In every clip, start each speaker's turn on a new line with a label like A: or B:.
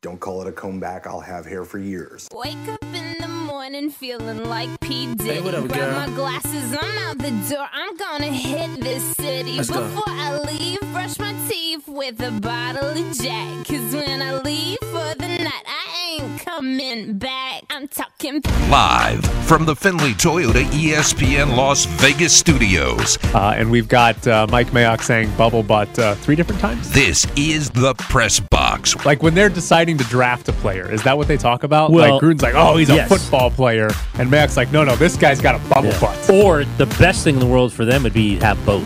A: Don't call it a comb back. I'll have hair for years.
B: Wake up in the morning feeling like P. Diddy.
C: Hey, what up,
B: Grab
C: girl?
B: my glasses, I'm out the door. I'm gonna hit this city.
C: Let's go.
B: Before I leave, brush my teeth with a bottle of Jack. Cause when I leave for the night, I ain't coming back. I'm talking
D: Live from the Finley Toyota E ESPN Las Vegas studios,
E: Uh, and we've got uh, Mike Mayock saying bubble butt uh, three different times.
D: this is the press box.
E: Like when they're deciding to draft a player, is that what they talk about?
C: Well,
E: like Gruden's like, oh, he's a
C: yes.
E: football player. And Mayock's like, no, no, this guy's got a bubble
C: Yeah.
E: butt.
C: Or the best thing in the world for them would be have both.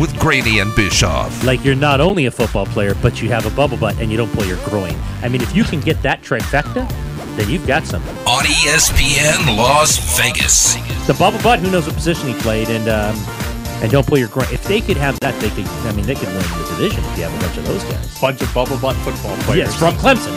D: with Grady and Bischoff.
C: Like you're not only a football player, but you have a bubble butt and you don't pull your groin. I mean, if you can get that trifecta, then you've got something.
D: On E ESPN Las Vegas.
C: The bubble butt, who knows what position he played, and um, and don't pull your groin. If they could have that, they could. I mean, they could win the division if you have a bunch of those guys.
E: Bunch of bubble butt football players.
C: Yes, from Clemson.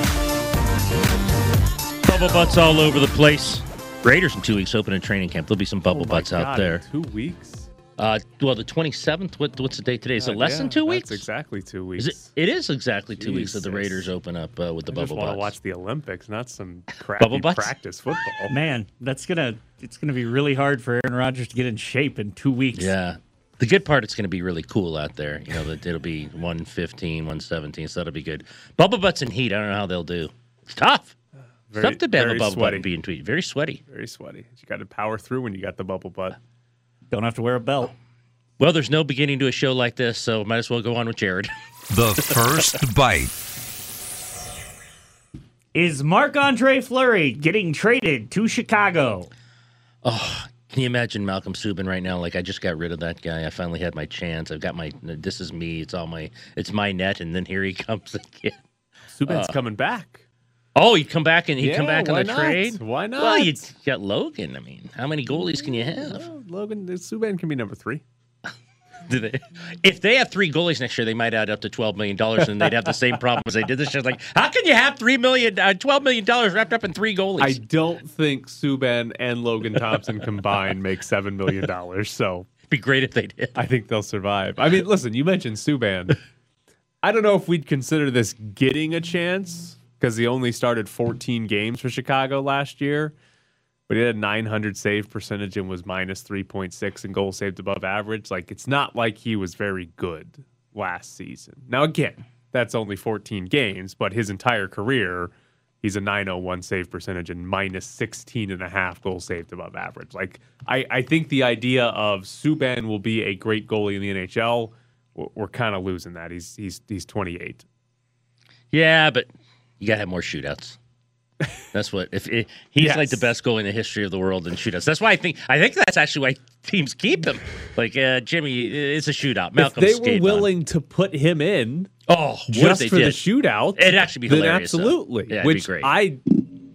C: Bubble butts all over the place. Raiders in two weeks open a training camp. There'll be some bubble
E: Oh my
C: butts out
E: God,
C: there.
E: in Two weeks.
C: Uh, well, the 27th. What, what's the date today? Is it
E: Uh,
C: less
E: yeah,
C: than two
E: that's
C: weeks?
E: exactly two weeks.
C: Is it? It is exactly two weeks that the
E: Jesus.
C: Raiders open up uh, with the
E: I just
C: bubble
E: want
C: butts.
E: to watch the Olympics, not some
C: Bubble
E: crappy
C: butts?
E: practice football.
F: Man, that's gonna it's gonna be really hard for Aaron Rodgers to get in shape in two weeks.
C: yeah. The good part, it's going to be really cool out there. You know, that it'll be 115, 117, so that'll be good. Bubble butts in heat, I don't know how they'll do. It's tough. It's
E: Very-
C: tough to have a
E: very
C: bubble butt
E: sweaty.
C: and be in tweet. Very sweaty.
E: Very sweaty. You got to power through when you got the bubble butt.
C: Uh,
F: Don't have to wear a belt.
C: Well, there's no beginning to a show like this, so might as well go on with Jared.
D: The first bite.
F: Is Marc Andre Fleury getting traded to Chicago?
C: Can you imagine Malcolm Subin right now? Like I just got rid of that guy. I finally had my chance. I've got my. This is me. It's all my. It's my net. And then here he comes again.
E: Subban's coming back.
C: Oh, he'd come back and he'd come
E: Yeah,
C: back on
E: why
C: the
E: not?
C: trade.
E: Why not?
C: Well, you got Logan. I mean, how many goalies can you have?
E: Oh, Logan Subban can be number three.
C: Do they, if they have three goalies next year, they might add up to twelve million dollars, and they'd have the same problem as they did this year. It's Like, how can you have three million, uh, twelve million dollars wrapped up in three goalies?
E: I don't think Subban and Logan Thompson combined make seven million dollars. So
C: It'd be great if they did.
E: I think they'll survive. I mean, listen, you mentioned Subban. I don't know if we'd consider this getting a chance because he only started 14 games for Chicago last year, but he had a 900 save percentage and was minus 3.6 and goal saved above average. Like, it's not like he was very good last season. Now, again, that's only 14 games, but his entire career, he's a 901 save percentage and minus 16 and a half goal saved above average. Like, I, I think the idea of Subban will be a great goalie in the NHL. we're- We're kind of losing that. He's he's he's 28.
C: Yeah, but you gotta have more shootouts. That's what if it, he's
E: Yes.
C: like the best goal in the history of the world in shootouts. That's why I think I think that's actually why teams keep him. Like uh, Jimmy, it's a shootout. Malcolm,
E: if they
C: skated
E: were
C: on.
E: willing to put him in
C: oh, what if
E: just
C: they
E: for
C: did?
E: the shootout,
C: It'd actually be
E: then
C: hilarious, though.
E: absolutely.
C: Yeah, it'd be
E: which
C: great.
E: I,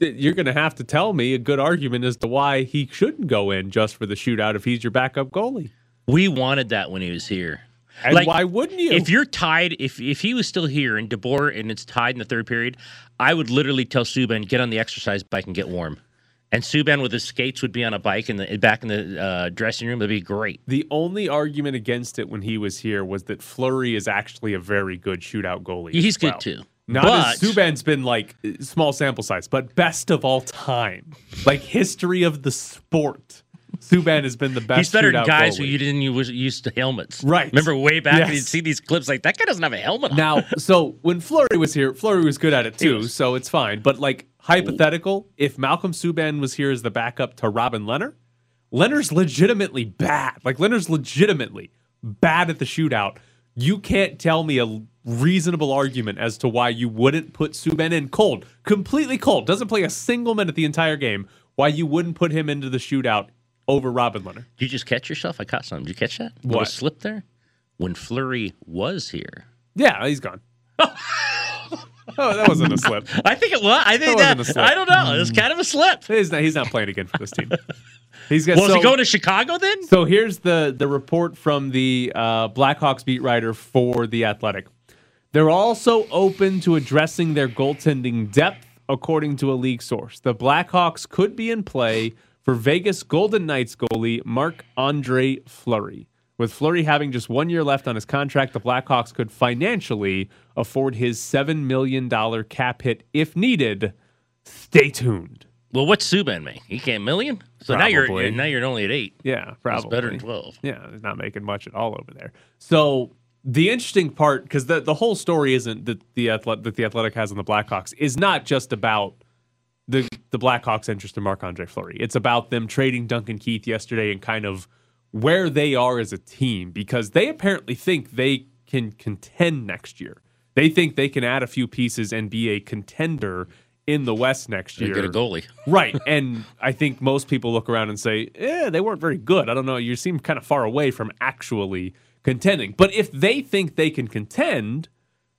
E: th- you're going to have to tell me a good argument as to why he shouldn't go in just for the shootout if he's your backup goalie.
C: we wanted that when he was here.
E: And why wouldn't you?
C: If you're tied, if if he was still here and DeBoer and it's tied in the third period, I would literally tell Subban get on the exercise bike and get warm. And Subban with his skates would be on a bike in the back in the uh, dressing room. It'd be great.
E: The only argument against it when he was here was that Flurry is actually a very good shootout goalie.
C: He's
E: as
C: good
E: well.
C: too.
E: Not as
C: But-
E: Subban's been like uh, small sample size, but best of all time, like history of the sport. Subban has been the best.
C: He's better than
E: shootout
C: guys who
E: goalie.
C: you didn't use, used to helmets.
E: Right.
C: Remember way back, and you'd
E: Yes.
C: see these clips like that guy doesn't have a helmet on.
E: Now, so when Flurry was here, Flurry was good at it too,
C: was.
E: so it's fine. But like hypothetical, if Malcolm Subban was here as the backup to Robin Leonard, Leonard's legitimately bad. Like Leonard's legitimately bad at the shootout. You can't tell me a reasonable argument as to why you wouldn't put Subban in cold, completely cold, doesn't play a single minute the entire game. Why you wouldn't put him into the shootout over Robin Leonard?
C: Did you just catch yourself? I caught something. Did you catch that? What?
E: What?
C: slip there? When Flurry was here.
E: Yeah, he's gone. oh, that wasn't a slip.
C: I think it was. I think
E: That
C: that,
E: wasn't a slip. Mm.
C: I don't know. It was kind of a slip.
E: He's not, he's not playing again for this team. He's got,
C: Well, is
E: so,
C: he going to Chicago then?
E: so here's the the report from the uh, Blackhawks beat writer for the Athletic. They're also open to addressing their goaltending depth, according to a league source. The Blackhawks could be in play for Vegas Golden Knights goalie Mark Andre Fleury, With Flurry having just one year left on his contract, the Blackhawks could financially afford his $7 million cap hit if needed. Stay tuned.
C: Well, what's Subban make? He can't million. So now you're
E: Probably.
C: now you're only at eight.
E: Yeah, probably.
C: It's better than twelve.
E: Yeah, they're not making much at all over there. So the interesting part, because the the whole story isn't that the athlete that the athletic has on the Blackhawks is not just about the the Blackhawks' interest in Marc Andre Fleury. It's about them trading Duncan Keith yesterday and kind of where they are as a team because they apparently think they can contend next year. They think they can add a few pieces and be a contender in the West next
C: You
E: year.
C: get a goalie.
E: Right. And I think most people look around and say, eh, they weren't very good. I don't know. You seem kind of far away from actually contending. But if they think they can contend,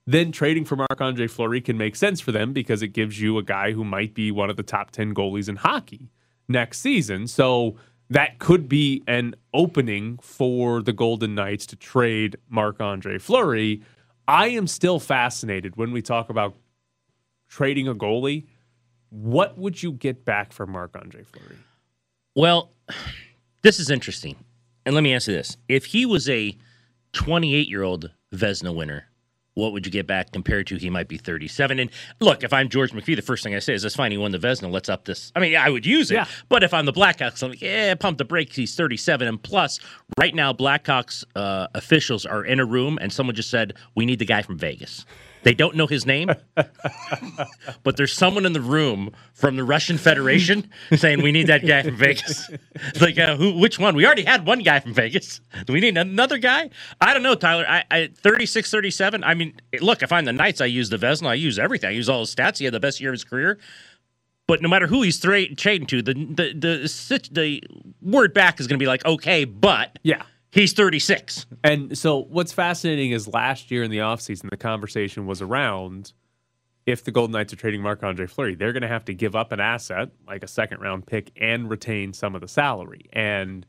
E: then trading for Marc Andre Fleury can make sense for them because it gives you a guy who might be one of the top 10 goalies in hockey next season. So that could be an opening for the Golden Knights to trade Marc Andre Fleury. I am still fascinated when we talk about trading a goalie what would you get back for Marc Andre Fleury?
C: Well, this is interesting. And let me answer this. If he was a 28 year old Vesna winner, what would you get back compared to he might be 37? And look, if I'm George McPhee, the first thing I say is that's fine. He won the Vesna. Let's up this. I mean, I would use it.
E: Yeah.
C: But if I'm the Blackhawks, I'm like, yeah, pump the brakes. He's 37. And plus, right now, Blackhawks uh, officials are in a room and someone just said, we need the guy from Vegas. They don't know his name, but there's someone in the room from the Russian Federation saying we need that guy from Vegas. It's like, uh, who? Which one? We already had one guy from Vegas. Do we need another guy? I don't know, Tyler. I, I 36, 37. I mean, look, if I'm the Knights, I use the Vesna. I use everything. I use all his stats. He had the best year of his career. But no matter who he's thra- trading to, the the the sit- the word back is going to be like, okay, but
E: Yeah.
C: he's 36.
E: And so what's fascinating is last year in the offseason, the conversation was around if the Golden Knights are trading Marc Andre Fleury, they're going to have to give up an asset like a second round pick and retain some of the salary. And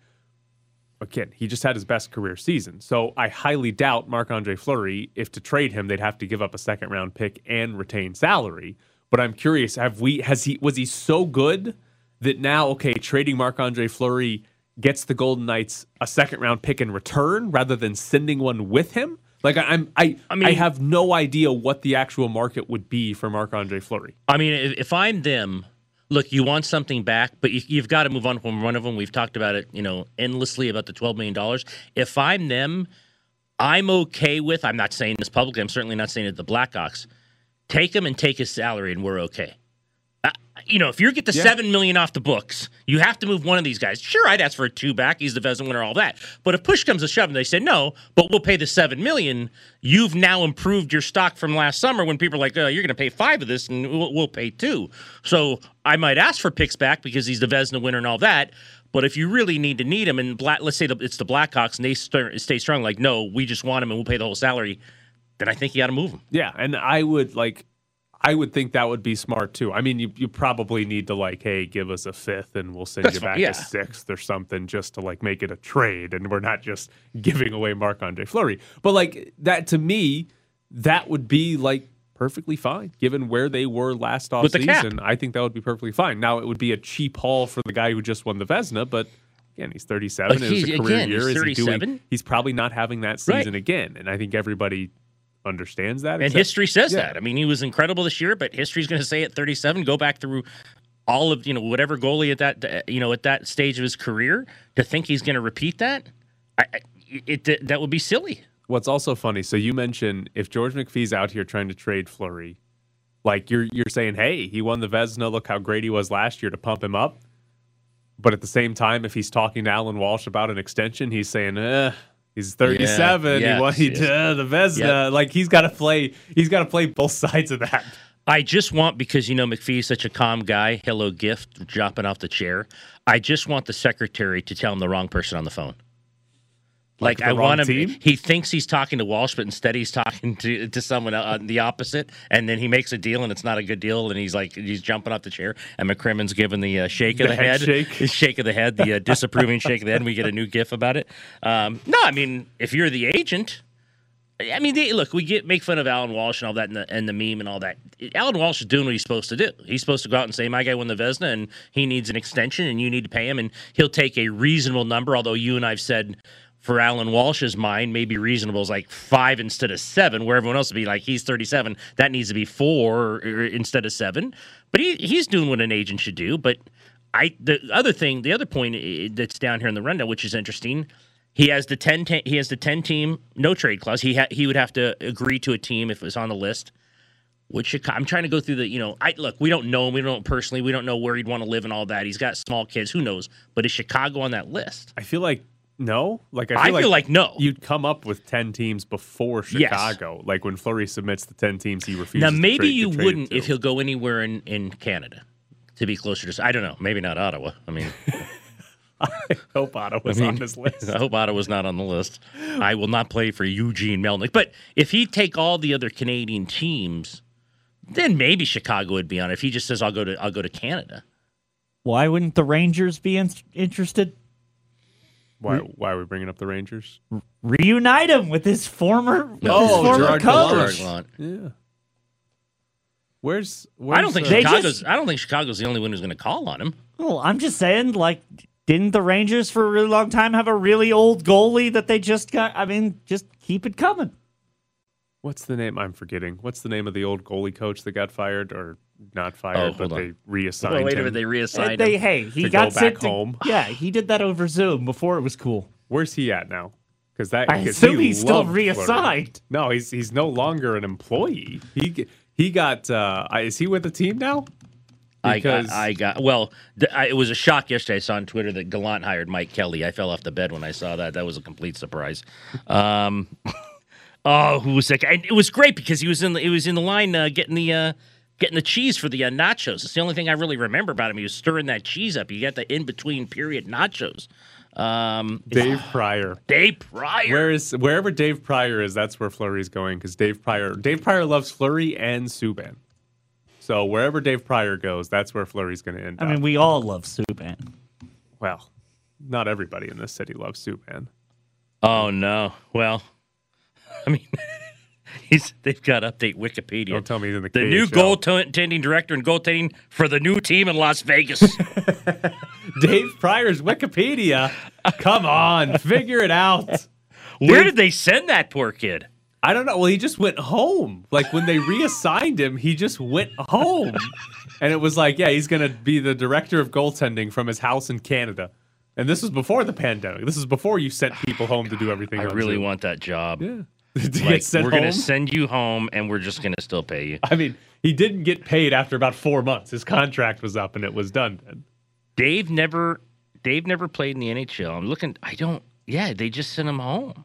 E: again, he just had his best career season. So I highly doubt Marc Andre Fleury, if to trade him, they'd have to give up a second round pick and retain salary. But I'm curious, have we has he was he so good that now, okay, trading Marc Andre Fleury gets the Golden Knights a second round pick in return rather than sending one with him? Like I- I'm I I,
C: mean-
E: mean, I have no idea what the actual market would be for Marc Andre Fleury.
C: I mean, if, if I'm them, look, you want something back, but you, you've got to move on from one of them. We've talked about it, you know, endlessly about the twelve million dollars. If I'm them, I'm okay with. I'm not saying this publicly. I'm certainly not saying it to the Blackhawks. Take him and take his salary, and we're okay. Uh, you know, if you get the seven million off the books, you have to move one of these guys. Sure, I'd ask for a two back. He's the Vezin winner, all that. But if push comes to shove, and they say no, but we'll pay the seven million, you've now improved your stock from last summer when people are like, oh, you're going to pay five of this, and we'll, we'll pay two. So I might ask for picks back because he's the Vezina winner and all that. But if you really need to need him, and black, let's say the, it's the Blackhawks, and they st- stay strong, like no, we just want him and we'll pay the whole salary, then I think you got to move him.
E: Yeah, and I would like I would think that would be smart too. I mean, you, you probably need to like, hey, give us a fifth and we'll send
C: That's
E: you
C: fine,
E: back
C: yeah.
E: a sixth or something just to like make it a trade and we're not just giving away Marc Andre Fleury. But like that to me, that would be like perfectly fine given where they were last
C: With the cap.
E: offseason. I think that would be perfectly fine. Now it would be a cheap haul for the guy who just won the Vesna, but again, he's 37.
C: But
E: it was a
C: he's-
E: career
C: again,
E: year.
C: he's
E: Is he doing-
C: 37?
E: he's probably not having that
C: Right.
E: season again. And I think everybody understands that.
C: And
E: except-
C: history says
E: Yeah.
C: that. I mean, he was incredible this year, but history's going to say at 37, go back through all of you know whatever goalie at that uh, you know at that stage of his career to think he's going to repeat that, I, I- it, it that would be silly.
E: What's also funny, so you mentioned if George McPhee's out here trying to trade Flurry, like you're you're saying, hey, he won the Vesna, look how great he was last year to pump him up. But at the same time, if he's talking to Alan Walsh about an extension, he's saying, eh, he's 37,
C: yeah,
E: he won he,
C: yes.
E: uh, the Vesna. Like he's gotta play he's gotta play both sides of that.
C: I just want because you know McPhee's such a calm guy. Hello, gift dropping off the chair. I just want the secretary to tell him the wrong person on the phone. Like,
E: Like the
C: I want him.
E: wrong team?
C: He thinks he's talking to Walsh, but instead he's talking to to someone on the opposite. And then he makes a deal, and it's not a good deal. And he's like he's jumping off the chair, and McCrimmon's giving the uh, shake of the,
E: The
C: head,
E: handshake.
C: the shake of the head, the uh, disapproving shake of the head. And we get a new gif about it. Um, no, I mean if you're the agent. I mean, they, look, we get make fun of Alan Walsh and all that, and the, and the meme and all that. Alan Walsh is doing what he's supposed to do. He's supposed to go out and say, "My guy won the Vesna, and he needs an extension, and you need to pay him, and he'll take a reasonable number." Although you and I've said for Alan Walsh's mind may be reasonable is like five instead of seven, where everyone else would be like, he's 37, that needs to be four or, or instead of seven. But he, he's doing what an agent should do. But I the other thing, the other point i- that's down here in the rundown, which is interesting, he has the 10, te- he has the 10 team no trade clause. He ha- he would have to agree to a team if it was on the list. Would Chicago? I'm trying to go through the, you know, I look. We don't know him. We don't know him personally. We don't know where he'd want to live and all that. He's got small kids. Who knows? But is Chicago on that list?
E: I feel like no. Like I
C: I
E: feel,
C: feel like no.
E: You'd come up with ten teams before
C: Yes.
E: Chicago. Like when Flurry submits the ten teams he refuses.
C: Now
E: to
C: maybe
E: trade- get
C: you
E: traded
C: wouldn't
E: to.
C: if he'll go anywhere in in Canada to be closer to. I don't know. Maybe not Ottawa. I mean,
E: hope Ottawa's
C: I mean,
E: on this list.
C: I hope Ottawa's not on the list. I will not play for Eugene Melnick. But if he take all the other Canadian teams, then maybe Chicago would be on. it. If he just says I'll go to I'll go to Canada,
F: Why wouldn't the Rangers be in- interested?
E: Why? Why are we bringing up the Rangers?
F: Reunite him with his former, with
C: No,
F: his
E: Oh,
F: former
E: Gerard Gallant.
F: coach.
C: Gallant.
E: Yeah. Where's? where's
C: I don't think
E: uh,
F: They just-
C: Chicago's. I don't think Chicago's the only one who's going to call on him.
F: Well, I'm just saying, like, didn't the Rangers for a really long time have a really old goalie that they just got? I mean, just keep it coming.
E: What's the name? I'm forgetting. What's the name of the old goalie coach that got fired or not
C: Oh,
E: fired,
C: hold
E: but
C: on.
E: they reassigned
C: Well, wait a
E: him?
C: minute, they reassigned
F: they,
C: him.
F: hey, he
E: to
F: got
E: go
F: sent
E: back
F: to-
E: home.
F: Yeah, he did that over Zoom before it was cool.
E: Where's he at now? Because that
F: I
E: 'cause he
F: assume he's still
E: loved Fleury.
F: reassigned.
E: No, he's he's no longer an employee. He g- he got. Uh, I- is he with the team now?
C: I got,
E: Because-
C: I got. Well, th- I, it was a shock yesterday. I saw on Twitter that Gallant hired Mike Kelly. I fell off the bed when I saw that. That was a complete surprise. Um, oh, who was that guy? And it was great because he was in the, he was in the line uh, getting the uh, getting the cheese for the uh, nachos. It's the only thing I really remember about him. He was stirring that cheese up. You got the in between period nachos. Um,
E: Dave Pryor.
C: Dave Pryor.
E: Where is wherever Dave Pryor is, that's where Flurry's going. Because Dave Pryor, Dave Pryor loves Flurry and Subban. So wherever Dave Pryor goes, that's where Flurry's going to end
F: I
E: up.
F: mean, we all love Subban.
E: well, not everybody in this city loves Subban.
C: Oh no. Well, I mean, he's they've got to update Wikipedia.
E: Don't tell me he's in the
C: the new
E: KHL.
C: goaltending director and goaltending for the new team in Las Vegas.
E: Dave Pryor's Wikipedia. Come on, figure it out.
C: Where did they send that poor kid?
E: I don't know. Well, he just went home. Like when they reassigned him, he just went home. and it was like, yeah, he's going to be the director of goaltending from his house in Canada. And this was before the pandemic. This is before you sent people home to do everything.
C: I
E: on
C: really
E: Zoom.
C: want that job.
E: to
C: Like,
E: get sent
C: we're
E: home.
C: gonna send you home, and we're just gonna still pay you.
E: I mean, he didn't get paid after about four months. His contract was up, and it was done then.
C: Dave never, Dave never played in the NHL. I'm looking. I don't. Yeah, they just sent him home.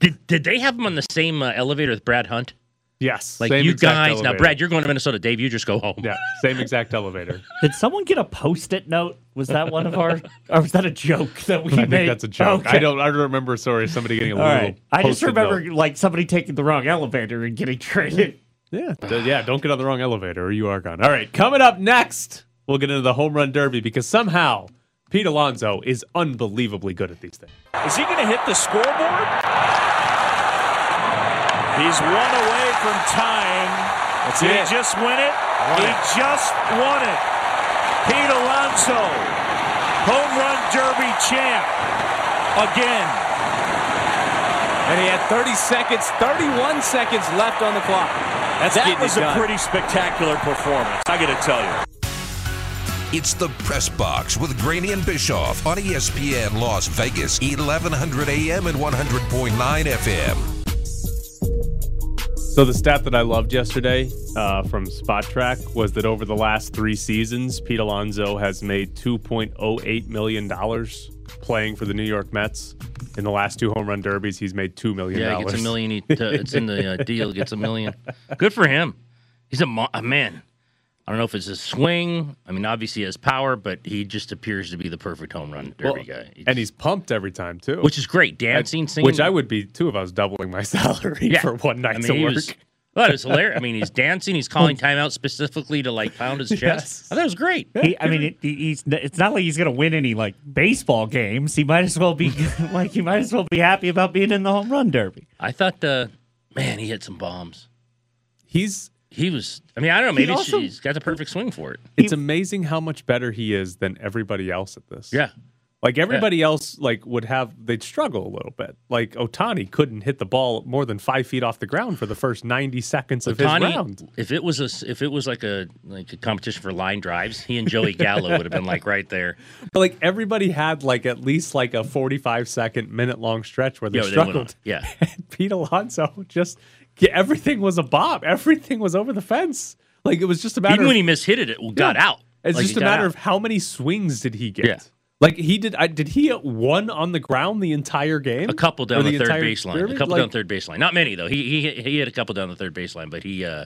C: did Did they have him on the same uh, elevator with Brad Hunt?
E: Yes,
C: Like
E: same
C: you
E: exact
C: guys. Now,
E: elevator.
C: Brad, you're going to Minnesota. Dave, you just go home.
E: Yeah, same exact elevator.
F: Did someone get a post-it note? Was that one of our, or was that a joke that we
E: I
F: made?
E: think that's a joke.
F: Okay.
E: I don't. I don't remember. Sorry, somebody getting a
F: All
E: little.
F: right. I just
E: post-it
F: remember
E: note.
F: like somebody taking the wrong elevator and getting traded.
E: Yeah, d- yeah. Don't get on the wrong elevator, or you are gone. All right, coming up next, we'll get into the home run derby because somehow Pete Alonso is unbelievably good at these things.
G: Is he going to hit the scoreboard? He's one away from tying. That's Did
E: it.
G: he just win it? he just won it. Pete Alonso, home run derby champ again.
H: And he had 30 seconds, 31 seconds left on the clock. That's
G: That
H: getting
G: was a
H: it done.
G: pretty spectacular performance, I got to tell you.
D: It's the Press Box with Graney and Bischoff on E ESPN Las Vegas, 1100 AM and 100.9 FM.
E: So the stat that I loved yesterday uh, from Spot Track was that over the last three seasons, Pete Alonso has made 2.08 million dollars playing for the New York Mets. In the last two home run derbies, he's made two million.
C: Yeah, he gets a million. He, it's in the uh, deal. Gets a million. Good for him. He's a, mo- a man. I don't know if it's his swing. I mean, obviously he has power, but he just appears to be the perfect home run
E: Well,
C: derby guy.
E: and he's pumped every time too,
C: which is great. Dancing, singing,
E: which I would be too if I was doubling my salary
C: Yeah.
E: for one night
C: I mean,
E: to
C: he
E: work.
C: was- well, it was hilarious. I mean, he's dancing. He's calling timeout specifically to like pound his chest.
E: Yes.
C: I thought it was great.
F: He, I mean, it, he- he's, it's not like he's going to win any like baseball games. He might as well be like he might as well be happy about being in the home run derby.
C: I thought, uh, man, he hit some bombs.
E: He's
C: He was. I mean, I don't know. Maybe it's-
F: also-
C: he's got the perfect swing for it.
E: it's amazing how much better he is than everybody else at this.
C: Yeah.
E: Like everybody else, like would have they'd struggle a little bit. Like Otani couldn't hit the ball more than five feet off the ground for the first ninety seconds of his round.
C: Otani, if it was a, s- if it was like a like a competition for line drives, he and Joey Gallo would have been like right there.
E: But like everybody had like at least like a forty-five second, minute long stretch where they
C: Yeah, they went on.
E: struggled.
C: Yeah.
E: and Pete Alonso just yeah, everything was a bomb. Everything was over the fence. Like it was just a matter.
C: Even
E: of,
C: when he mishit it, it got
E: Yeah.
C: out.
E: It's
C: Like,
E: just
C: it
E: a
C: got
E: matter
C: out.
E: of how many swings did he get.
C: Yeah.
E: Like he did. I, did he hit one on the ground the entire game?
C: a couple
E: Or
C: down the, third
E: entire
C: baseline.
E: period?
C: A couple
E: Like,
C: down third baseline. Not many though. He he he had a couple down the third baseline, but he uh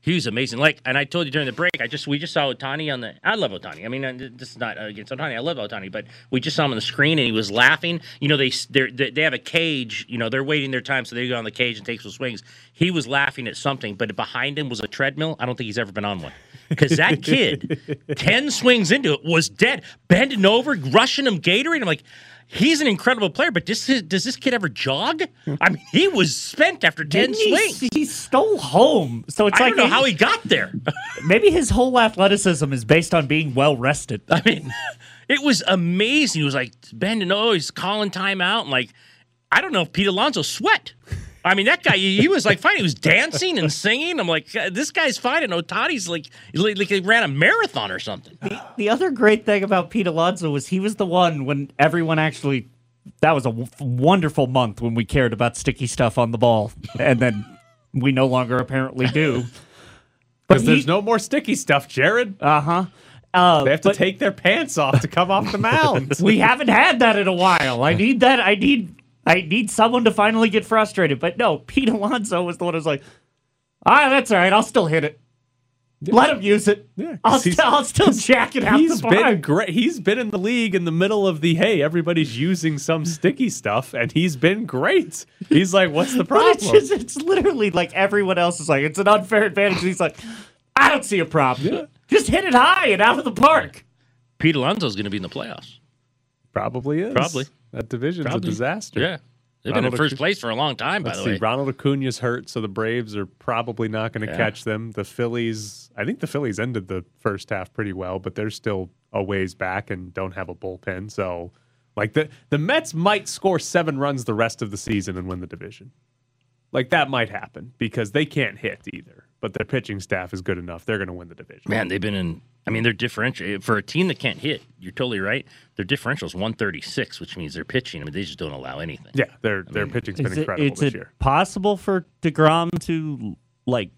C: he was amazing. Like and I told you during the break, I just we just saw Otani on the. I love Otani. I mean, uh, this is not uh, against Otani. I love Otani, but we just saw him on the screen and he was laughing. You know, they s- they're- they they have a cage. You know, they're waiting their time, so they go on the cage and take some swings. He was laughing at something, but behind him was a treadmill. I don't think he's ever been on one. Because that kid, 10 swings into it, was dead, bending over, rushing him Gatorade. I'm like, he's an incredible player, but does this, does this kid ever jog? I mean, he was spent after 10
F: Didn't he,
C: swings.
F: he stole home. So it's
C: I
F: like
C: don't know
F: maybe,
C: how he got there.
F: maybe his whole athleticism is based on being well rested.
C: I mean, it was amazing. He was like bending over, he's calling timeout, and like, I don't know if Pete Alonso sweat. I mean, that guy, he he was like fine. He was dancing and singing. I'm like, "God, this guy's fine. And Otani's like, like, like he ran a marathon or something.
F: The other great thing about Pete Alonso was he was the one when everyone actually. That was a w- wonderful month when we cared about sticky stuff on the ball, and then we no longer apparently do. But
E: Because there's
F: he-
E: no more sticky stuff, Jared.
F: Uh,
E: they have to
F: but
E: take their pants off to come off the mound.
F: we haven't had that in a while. I need that. I need. I need someone to finally get frustrated. But no, Pete Alonso was the one who was like, "Ah, that's all right. I'll still hit it. Let him use it.
E: Yeah, 'cause
F: I'll,
E: he's-
F: still I'll still jack it out
E: He's
F: the bar."
E: been great. He's been in the league in the middle of the hey, everybody's using some sticky stuff, and he's been great. He's like, what's the problem?
F: But it's just, it's literally like everyone else is like, it's an unfair advantage. And he's like, I don't see a problem. Just hit it high and out of the park.
C: Pete Alonso's going to be in the playoffs.
E: Probably is.
C: Probably.
E: That division's
C: Probably.
E: a disaster.
C: Yeah. They've been in
E: Ronald
C: first
E: Acu-
C: place for a long time, by
E: Let's
C: the
E: see.
C: way.
E: Ronald Acuna's hurt, so the Braves are probably not going to
C: Yeah.
E: catch them. The Phillies, I think the Phillies ended the first half pretty well, but they're still a ways back and don't have a bullpen. So, like the the Mets might score seven runs the rest of the season and win the division. Like that might happen because they can't hit either, but their pitching staff is good enough. They're going to win the division.
C: Man, they've been in. I mean, they're differential eh, for a team that can't hit. You're totally right. Their differential is 136, which means they're pitching. I mean, they just don't allow anything.
E: Yeah, their their pitching's been incredible this year.
F: possible for DeGrom to, like,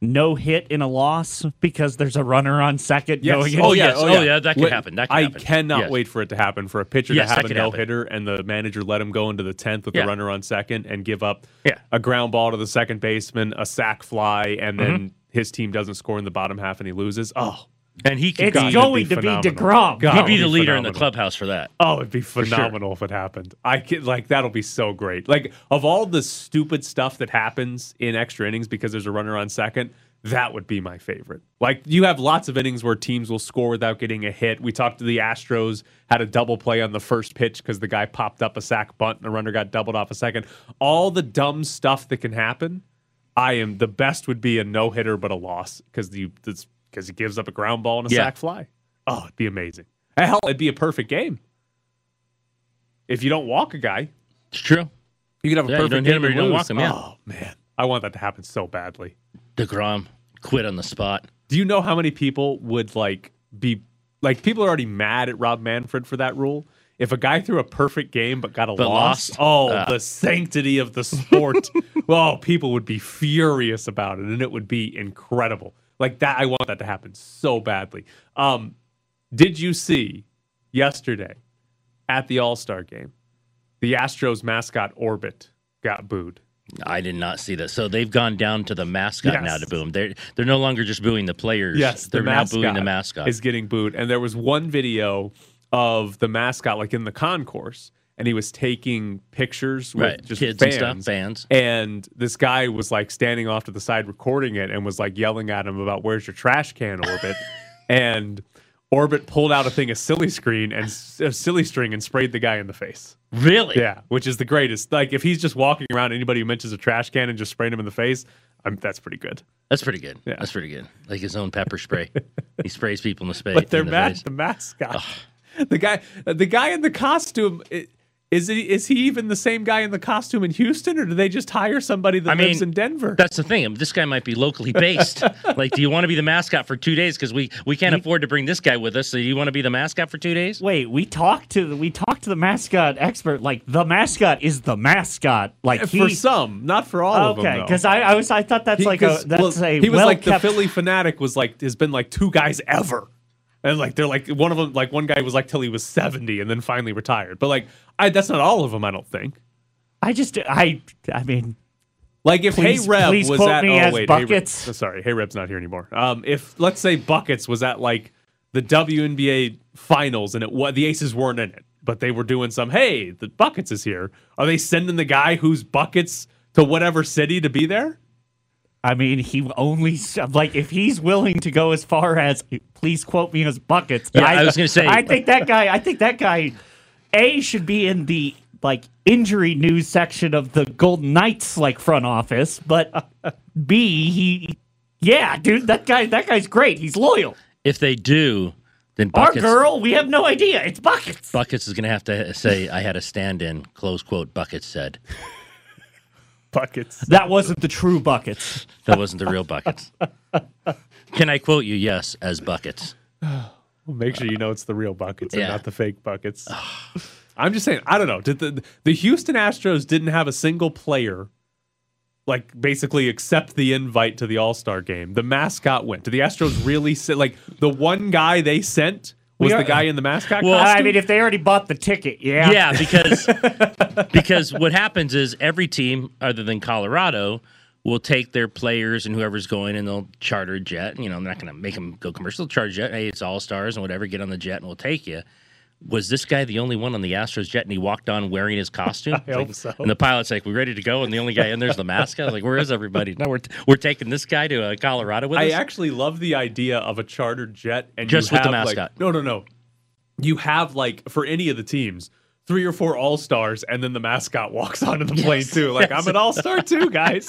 F: no hit in a loss because there's a runner on second
E: Yes.
F: going in?
C: Oh, yes. Oh, yeah, that could
E: Wait,
C: happen. That could
E: I
C: happen.
E: cannot
C: Yes.
E: wait for it to happen for a pitcher
C: Yes,
E: to
C: that
E: have a
C: could
E: no
C: happen.
E: hitter and the manager let him go into the tenth with
C: Yeah.
E: the runner on second and give up
C: Yeah.
E: a ground ball to the second baseman, a sac fly, and
C: Mm-hmm.
E: then his team doesn't score in the bottom half and he loses. Oh,
C: And he could
F: It's
C: God,
F: going to be
E: phenomenal.
F: DeGrom.
E: God,
C: he'd be
E: it'd
C: the leader in the
E: phenomenal.
C: clubhouse for that.
E: Oh, it'd be phenomenal if it happened. I could like that'll be so great. Like of all the stupid stuff that happens in extra innings because there's a runner on second, that would be my favorite. Like you have lots of innings where teams will score without getting a hit. We talked to the Astros had a double play on the first pitch because the guy popped up a sack bunt and the runner got doubled off a second. All the dumb stuff that can happen. I am the best would be a no hitter but a loss because you because he gives up a ground ball and a
C: Yeah.
E: sack fly. Oh, it'd be amazing. Hell, it'd be a perfect game if you don't walk a guy,
C: It's true.
E: you could have a
C: Yeah, you
E: Oh, perfect
C: don't hit
E: game
C: him or you
E: and
C: don't
E: lose.
C: walk him, yeah.
E: Oh man, I want that to happen so badly.
C: Degrom quit on the spot.
E: Do you know how many people would like be like people are already mad at Rob Manfred for that rule? If a guy threw a perfect game but got a
C: But
E: loss,
C: lost.
E: oh,
C: Ah.
E: the sanctity of the sport. well, people would be furious about it, and it would be incredible. Like that, I want that to happen so badly. Um, did you see yesterday at the All Star game the Astros mascot Orbit got booed?
C: I did not see that. So they've gone down to the mascot
E: Yes.
C: now to boo him. They're they're no longer just booing the players.
E: Yes,
C: they're now booing the mascot.
E: is getting booed. And there was one video of the mascot like in the concourse, and he was taking pictures with
C: Right,
E: just
C: kids and
E: fans,
C: stuff, fans.
E: And this guy was like standing off to the side recording it, and was like yelling at him about "Where's your trash can, Orbit?" and Orbit pulled out a thing of silly screen and a silly string and sprayed the guy in the face.
C: really?
E: Yeah, which is the greatest. Like if he's just walking around, anybody who mentions a trash can and just spraying him in the face, I'm, that's pretty good.
C: That's pretty good.
E: Yeah.
C: That's pretty good. Like his own pepper spray. he sprays people in the space.
E: But they're
C: in the
E: mad
C: face.
E: at the mascot. The guy, the guy in the costume. i- is he, is he even the same guy in the costume in Houston, or do they just hire somebody that
C: I mean,
E: lives in Denver?
C: That's the thing. This guy might be locally based. like, do you want to be the mascot for two days? Because we we can't afford to bring this guy with us. So you want to be the mascot for two days?
F: Wait, we talked to the, we talked to the mascot expert. Like the mascot is the mascot. Like he,
E: for some, not for all of them.
F: okay,
E: though.
F: because I, I was I thought that's
E: He-
F: like a
E: 'cause,
F: that's
E: well,
F: a
E: he was
F: well
E: like
F: kept,
E: the Philly fanatic was like has been like two guys ever, and like they're like one of them like one guy was like till he was seventy and then finally retired. But like I, that's not all of them. I don't think.
F: I just I I mean
E: Like if
F: Please-
E: Hey Reb
F: please
E: was
F: quote
E: at
F: me
E: oh
F: as
E: wait Hey
F: Buckets.
E: Reb, oh, sorry Hey Reb's not here anymore. Um, if let's say Buckets was at like the WNBA finals and it wa- the Aces weren't in it, but they were doing some Hey the Buckets is here. Are they sending the guy who's Buckets to whatever city to be there?
F: I mean he only s- like if he's willing to go as far as please quote me as buckets.
C: Yeah, I was gonna say-
F: I think that guy I think that guy a should be in the like injury news section of the Golden Knights like front office, but B he yeah dude that guy that guy's great he's loyal.
C: If they do, then
F: Our
C: buckets
F: girl, we have no idea. It's buckets.
C: buckets is going to have to say I had a stand-in. Close quote. Buckets said
E: Buckets.
F: That wasn't the true buckets.
C: that wasn't the real buckets. Can I quote you? Yes, as buckets.
E: Make sure you know it's the real buckets
C: Yeah.
E: and not the fake buckets. I'm just saying, I don't know. Did the the Houston Astros didn't have a single player like basically accept the invite to the All-Star game. The mascot went. Did the Astros really send like the one guy they sent was
F: We are-
E: the guy in the mascot
C: Well,
F: I
E: costume?
F: mean, if they already bought the ticket, yeah.
C: Yeah, because because what happens is every team other than Colorado will take their players and whoever's going and they'll charter a jet. You know, they're not going to make them go commercial. They'll charter a jet. Hey, it's all stars and whatever. Get on the jet and we'll take you. Was this guy the only one on the Astros jet and he walked on wearing his costume? It's
E: hope
C: like-
E: so.
C: And the pilot's like, "We ready to go?" And the only guy in there's the mascot. I was like, "Where is everybody?" No, we're we're taking this guy to uh, Colorado with
E: I
C: us.
E: actually love the idea of a chartered jet and
C: Just
E: you
C: with the
E: have, like-
C: mascot.
E: no, no, no. You have like for any of the teams three or four all stars, and then the mascot walks onto the plane too. Like I'm an all star too, guys.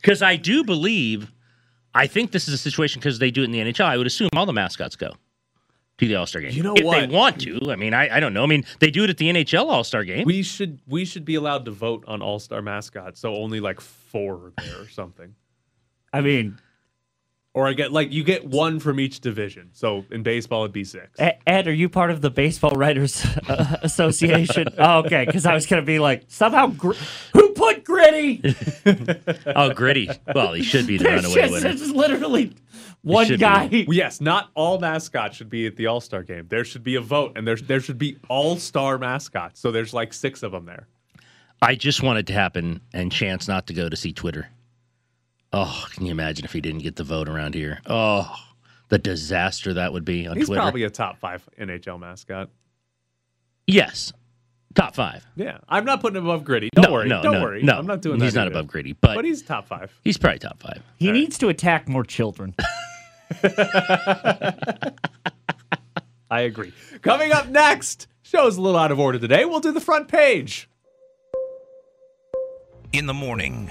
C: Because I do believe, I think this is a situation because they do it in the NHL. I would assume all the mascots go to the All Star game.
E: You know
C: if they
E: what?
C: want to. I mean, I, I don't know. I mean, they do it at the NHL All Star game.
E: We should we should be allowed to vote on all star mascots. So only like four are there or something.
F: I mean,
E: Or I get like you get one from each division. So in baseball it'd be six.
F: E- Ed, are you part of the Baseball Writers uh, Association? oh, okay, because I was gonna be like, somehow, gr- who put gritty?
C: oh, gritty. Well, he should be the
F: There's
C: runaway
F: just,
C: winner.
F: there's literally one
C: should
F: guy.
E: Well, Yes, not all mascots should be at the All Star game. There should be a vote, and there there should be All Star mascots. So there's like six of them there.
C: I just want it to happen and chance not to go to see Twitter. Oh, can you imagine if he didn't get the vote around here? Oh, the disaster that would be on
E: He's
C: Twitter.
E: probably a top five NHL mascot.
C: yes, top five.
E: Yeah, I'm not putting him above Gritty. Don't
C: no,
E: worry.
C: no,
E: don't
C: no,
E: worry.
C: No,
E: I'm not doing
C: He's
E: that.
C: not
E: either.
C: above gritty,
E: But he's top five.
C: he's probably top five.
F: He needs to attack more children.
E: I agree. Coming up next, show's a little out of order today. We'll do the front page.
D: In the morning,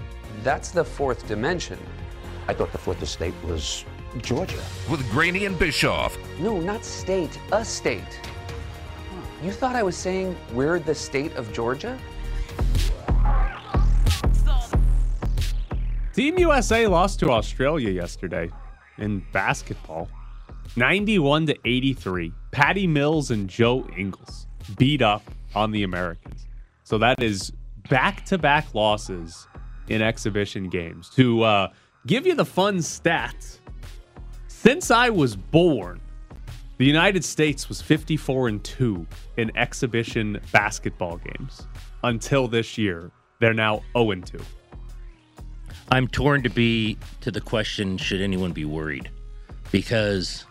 I: That's the fourth dimension.
J: I thought the fourth estate was Georgia.
D: With Graney and Bischoff,
I: No, not state, a state. You thought I was saying we're the state of Georgia?
E: Team USA lost to Australia yesterday in basketball, 91 to 83. Patty Mills and Joe Ingles beat up on the Americans. So that is back-to-back losses in exhibition games. To uh, give you the fun stats, since I was born, the United States was 54 and 2 in exhibition basketball games. Until this year, they're now 0 and 2.
C: I'm torn to be to the question should anyone be worried? Because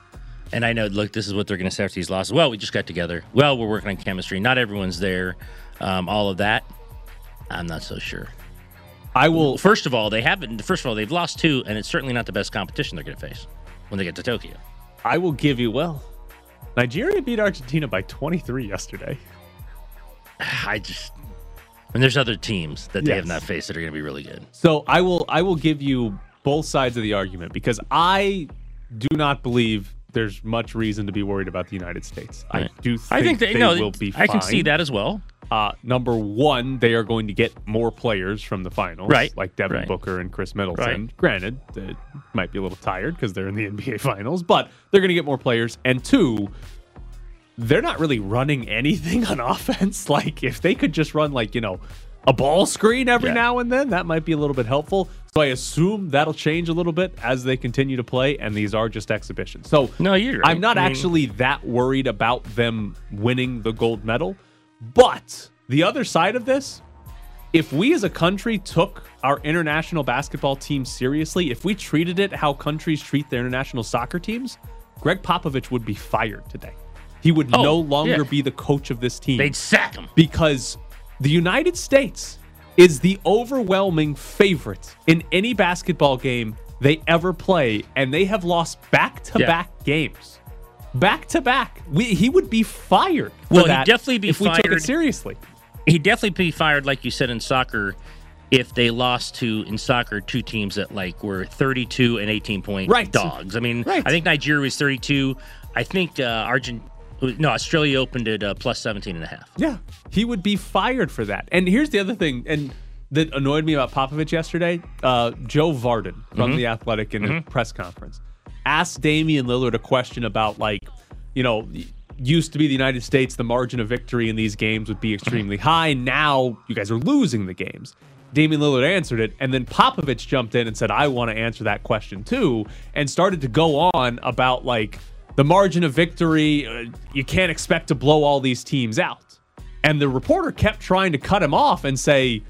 C: And I know, look, this is what they're going to say after these losses. Well, we just got together. Well, we're working on chemistry. Not everyone's there. Um, all of that. I'm not so sure.
E: I will.
C: First of all, they haven't. First of all, they've lost two, and it's certainly not the best competition they're going to face when they get to Tokyo.
E: I will give you well. Nigeria beat Argentina by 23 yesterday.
C: I just and there's other teams that they have
E: Yes.
C: not faced that are going to be really good.
E: So I will I will give you both sides of the argument because I do not believe there's much reason to be worried about the United States. I
C: Right.
E: do think,
C: I think
E: they,
C: they- no,
E: will be.
C: I can see
E: fine.
C: that as well.
E: Uh, number one, they are going to get more players from the finals,
C: Right.
E: Like Devin
C: Right.
E: Booker and Chris Middleton.
C: Right.
E: Granted, they might be a little tired because they're in the NBA finals, but they're going to get more players. And two, they're not really running anything on offense. Like if they could just run like, you know, a ball screen every
C: Yeah.
E: now and then, that might be a little bit helpful. So I assume that'll change a little bit as they continue to play and these are just exhibitions. So
C: No, you're. Right.
E: I'm not
C: I mean,
E: actually that worried about them winning the gold medal. But the other side of this, if we as a country took our international basketball team seriously, if we treated it how countries treat their international soccer teams, Greg Popovich would be fired today. He would
C: Oh,
E: no longer
C: yeah.
E: be the coach of this team
C: They'd sack him.
E: because the United States is the overwhelming favorite in any basketball game they ever play, and they have lost back to back games. Back to back, we, he would be fired. for
C: Well, he'd
E: that
C: definitely be
E: if we took it
C: fired.
E: seriously.
C: He'd definitely be fired, like you said in soccer, if they lost to in soccer two teams that like were 32 and 18 point
E: Right.
C: dogs. I mean,
E: Right.
C: I think Nigeria was 32. I think uh, Argent. No, Australia opened at uh, plus 17 and a half.
E: Yeah, he would be fired for that. And here's the other thing, and that annoyed me about Popovich yesterday. Uh, Joe Varden from the Athletic in a press conference asked Damian Lillard a question about like, you know, y- used to be the United States, the margin of victory in these games would be extremely high. Now you guys are losing the games. Damian Lillard answered it, and then Popovich jumped in and said, "I want to answer that question too," and started to go on about like the margin of victory. Uh, you can't expect to blow all these teams out. And the reporter kept trying to cut him off and say,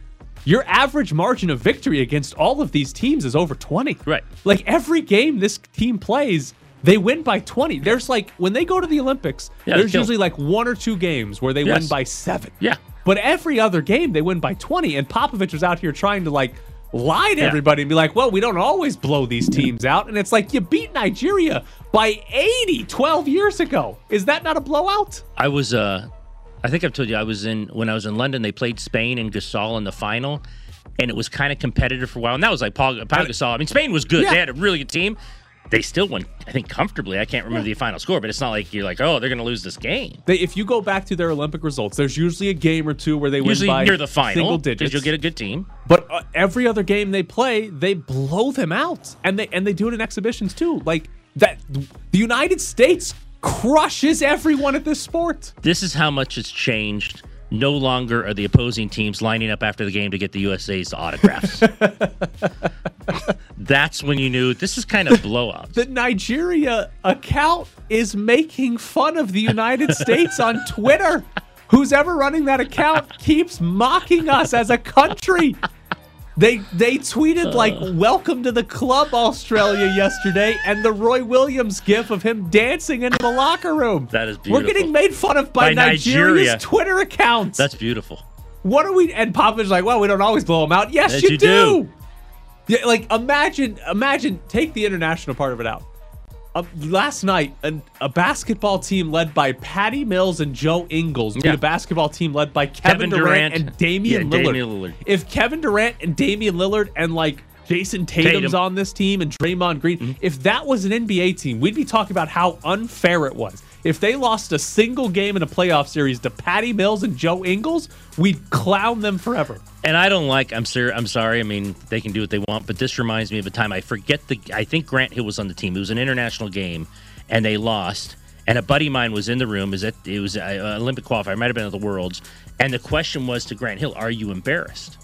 E: Your average margin of victory against all of these teams is over 20.
C: Right.
E: Like every game this team plays, they win by 20. There's like, when they go to the Olympics,
C: Yeah, they
E: there's
C: kill.
E: usually like one or two games where they win
C: Yes.
E: by seven.
C: Yeah.
E: But every other game, they win by 20. And Popovich was out here trying to like lie to
C: Yeah.
E: everybody and be like, well, we don't always blow these teams out. And it's like, you beat Nigeria by 80 12 years ago. Is that not a blowout?
C: I was uh I think I've told you I was in when I was in London they played Spain and Gasol in the final and it was kind of competitive for a while and that was like Paul, Paul Gasol. I mean Spain was good.
E: Yeah.
C: They had a really good team. They still won I think comfortably. I can't remember the final score, but it's not like you're like, "Oh, they're going to lose this game."
E: They, if you go back to their Olympic results, there's usually a game or two where they
C: Usually
E: win by
C: near the final
E: single
C: because
E: digits.
C: you'll get a good team.
E: but uh, every other game they play, they blow them out, and they and they do it in exhibitions too. Like that, the United States crushes everyone at this sport.
C: This is how much it's changed. No longer are the opposing teams lining up after the game to get the USA's autographs. That's when you knew this is kind of blowout.
E: The Nigeria account is making fun of the United States on Twitter. Who's ever running that account keeps mocking us as a country. They they
C: Uh.
E: tweeted like "Welcome to the club, Australia" yesterday, and the Roy Williams gif of him dancing into the locker room.
C: That is
E: We're
C: beautiful.
E: getting made fun of by,
C: By Nigeria.
E: Nigeria's Twitter accounts.
C: That's beautiful.
E: what are we? And Popovich's like, "Well, we don't always blow them out." Yes,
C: Yes,
E: you,
C: you
E: do.
C: do.
E: Yeah, like imagine, imagine. Take the international part of it out. Uh, last night, an, a basketball team led by Patty Mills and Joe Ingles beat
C: Yeah.
E: a basketball team led by
C: Kevin
E: Kevin,
C: Durant.
E: Durant, and Damian,
C: Yeah,
E: Lillard.
C: Damian Lillard.
E: If Kevin Durant and Damian Lillard and like Jason Tatum's
C: Tatum.
E: on this team and Draymond Green, if that was an NBA team, we'd be talking about how unfair it was. If they lost a single game in a playoff series to Patty Mills and Joe Ingles, we'd clown them forever.
C: And I don't like. I'm sure. I'm sorry. I mean, they can do what they want, but this reminds me of a time. I forget the. I think Grant Hill was on the team. It was an international game, and they lost. And a buddy of mine was in the room. Is that it was uh, Olympic qualifier? Might have been at the Worlds. And the question was to Grant Hill, "Are you embarrassed?"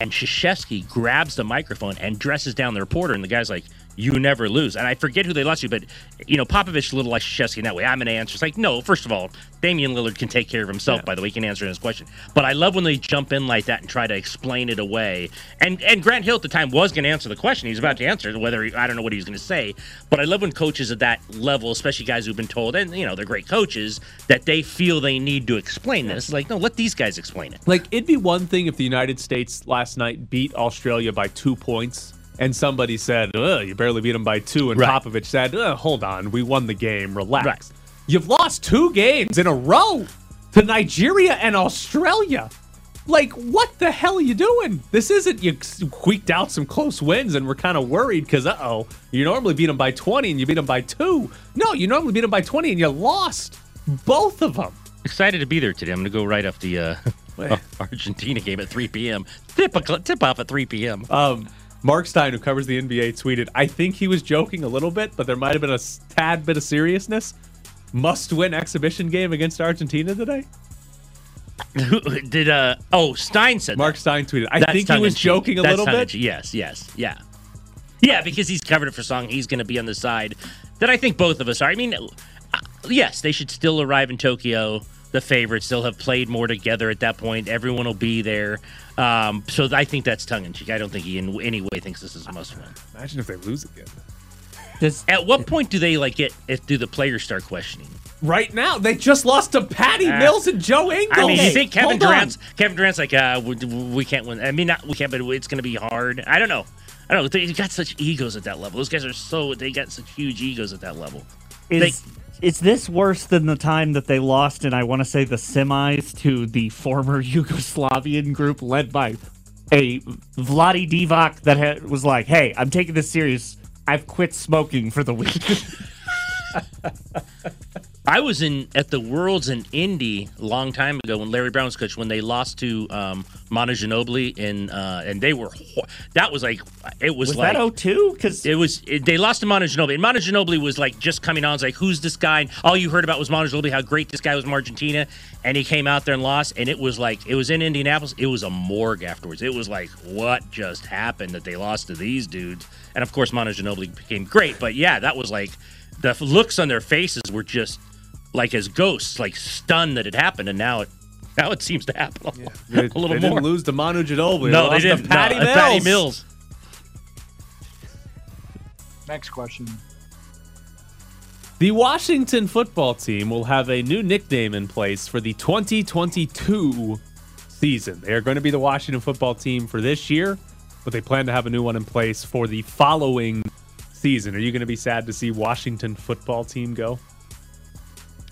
C: And Shashevsky grabs the microphone and dresses down the reporter, and the guy's like, you never lose. And I forget who they lost to, but you know, Popovich, a little like Shevsky in that way. I'm an answer. It's like, no, first of all, Damian Lillard can take care of himself, by the way, he can answer his question. But I love when they jump in like that and try to explain it away. And and Grant Hill at the time was gonna answer the question. He was about to answer it, whether he, I don't know what he was gonna say. But I love when coaches at that level, especially guys who've been told, and you know, they're great coaches, that they feel they need to explain this. Like, no, let these guys explain it.
E: Like it'd be one thing if the United States last night beat Australia by two points, and somebody said, Ugh, "You barely beat them by two, and Popovich said, Ugh, "Hold on, we won the game. Relax." You've lost two games in a row to Nigeria and Australia. Like, what the hell are you doing? This isn't you squeaked out some close wins, and we're kind of worried because, uh oh, you normally beat them by 20 and you beat them by two. No, you normally beat them by 20 and you lost both of them.
C: Excited to be there today. I'm gonna go right off the uh, Argentina game at 3 p.m. Tip, tip off at 3 p.m.
E: Um, Mark Stein, who covers the NBA, tweeted, I think he was joking a little bit, but there might have been a s- tad bit of seriousness. Must win exhibition game against Argentina today?
C: Did, uh, oh, Stein said
E: Mark Stein tweeted, I
C: That's
E: think he was
C: tongue-in-cheek.
E: joking a
C: That's
E: little bit.
C: tongue-in-cheek. Yes, yes, yeah. Yeah, because he's covered it for song. He's going to be on the side that I think both of us are. I mean, uh, yes, they should still arrive in Tokyo the favorites. They'll have played more together at that point. Everyone will be there. Um, so I think that's tongue in cheek. I don't think he in any way thinks this is a must win.
E: Imagine if they lose again.
C: At what point do they like get? If do the players start questioning?
E: Right now, they just lost to Patty
C: Ah.
E: Mills and Joe Ingles.
C: I mean, you
E: Hey,
C: think Kevin
E: hold on.
C: Durant's Kevin Durant's like, uh, we, we can't win. I mean, not we can't, but it's going to be hard. I don't know. I don't know. They got such egos at that level. Those guys are so they got such huge egos at that level.
F: Is is this worse than the time that they lost in I want to say the semis to the former Yugoslavian group led by a Vladi Divac that had, was like, "Hey, I'm taking this serious. I've quit smoking for the week."
C: I was in at the Worlds in Indy a long time ago when Larry Brown was coach when they lost to um, Manu Ginobili in uh, and they were hor- that was like it was,
F: Was
C: like
F: that 02? Because
C: it was it, they lost to Manu Ginobili and Manu Ginobili was like just coming on. It's like who's this guy? And all you heard about was Manu Ginobili, how great this guy was from Argentina, and he came out there and lost. And it was like it was in Indianapolis. It was a morgue afterwards. It was like what just happened that they lost to these dudes. And of course, Manu Ginobili became great. But yeah, that was like the f- looks on their faces were just like as ghosts, like stunned that it happened, and now it now it seems to happen a,
E: They,
C: a little more.
E: they didn't lose to Manu Ginobili.
C: no, they
E: lost to
C: didn't. No,
E: Patty
C: uh,
E: Mills.
C: Patty Mills.
K: Next question.
E: The Washington football team will have a new nickname in place for the 2022 season. They are going to be the Washington football team for this year, but they plan to have a new one in place for the following season. Are you going to be sad to see Washington football team go?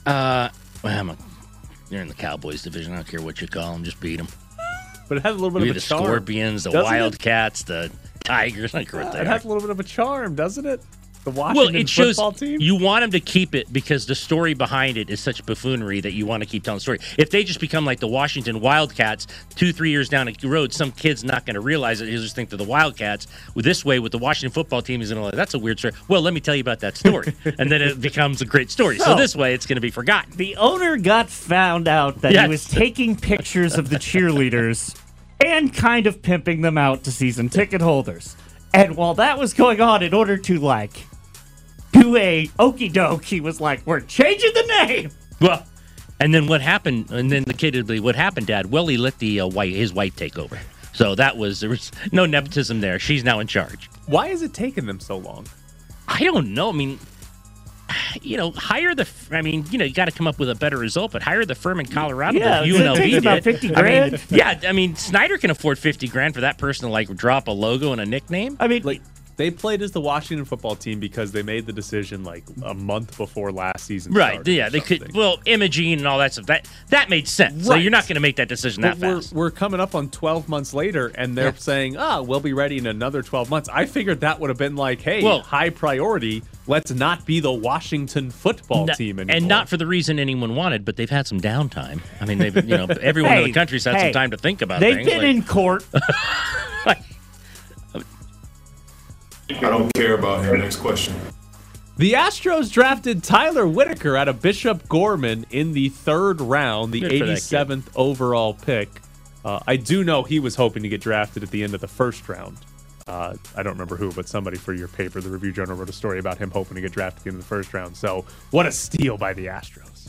C: Uh, well, I'm a, you're in the Cowboys division. I don't care what you call them, just beat them.
E: But it has a little bit
C: You're
E: of a
C: the
E: charm.
C: Scorpions, the
E: doesn't it?
C: Wildcats, the Tigers. I don't care what
E: Yeah,
C: they
E: it
C: are.
E: has a little bit of a charm, doesn't it? The Washington
C: Well, it shows
E: football team.
C: you want them to keep it because the story behind it is such buffoonery that you want to keep telling the story. If they just become like the Washington Wildcats, two, three years down the road, some kid's not going to realize it. He'll just think they're the Wildcats. With this way, with the Washington football team, he's going to like, that's a weird story. Well, let me tell you about that story. and then it becomes a great story. So
F: So-
C: this way, it's going to be forgotten.
F: the owner got found out that
C: Yes.
F: he was taking pictures of the cheerleaders and kind of pimping them out to season ticket holders. And while that was going on, in order to like do a okey doke, he was like, "We're changing the name."
C: Well, and then what happened? And then the kid would be, "What happened, Dad?" Well, he let the uh, wife, his wife, take over. So that was there was no nepotism there. She's now in charge.
E: Why has it taken them so long?
C: I don't know. I mean, you know, hire the. f- I mean, you know, you got to come up with a better result, but hire the firm in Colorado.
F: Yeah,
C: that
F: it
C: UNLV
F: takes
C: did.
F: about 50
C: I mean,
F: grand.
C: yeah, I mean, Snyder can afford fifty grand for that person to like drop a logo and a nickname.
F: I mean,
E: like they played as the Washington football team because they made the decision like a month before last season.
C: Right?
E: started.
C: Yeah, they could. Well, imaging and all that stuff. That that made sense. So
E: Right.
C: you're not going to make that decision
E: But
C: that
E: we're,
C: fast.
E: we're coming up on 12 months later, and they're
C: Yeah.
E: saying, "Ah, we'll be ready in another 12 months." I figured that would have been like, "Hey,
C: Well-
E: high priority. Let's not be the Washington football
C: No-
E: team anymore."
C: and not for the reason anyone wanted, but they've had some downtime. I mean, they've you know everyone in
F: Hey,
C: the country's had
F: hey,
C: some time to think about
F: They've
C: things. Oh,
F: been in court.
L: I don't care about him. Next question.
E: The Astros drafted Tyler Whitaker out of Bishop Gorman in the third round, the
C: Good for that kid.
E: 87th overall pick. Uh, I do know he was hoping to get drafted at the end of the first round, Uh, I don't remember who, but somebody for your paper, the Review Journal, wrote a story about him hoping to get drafted in the first round. So what a steal by the Astros.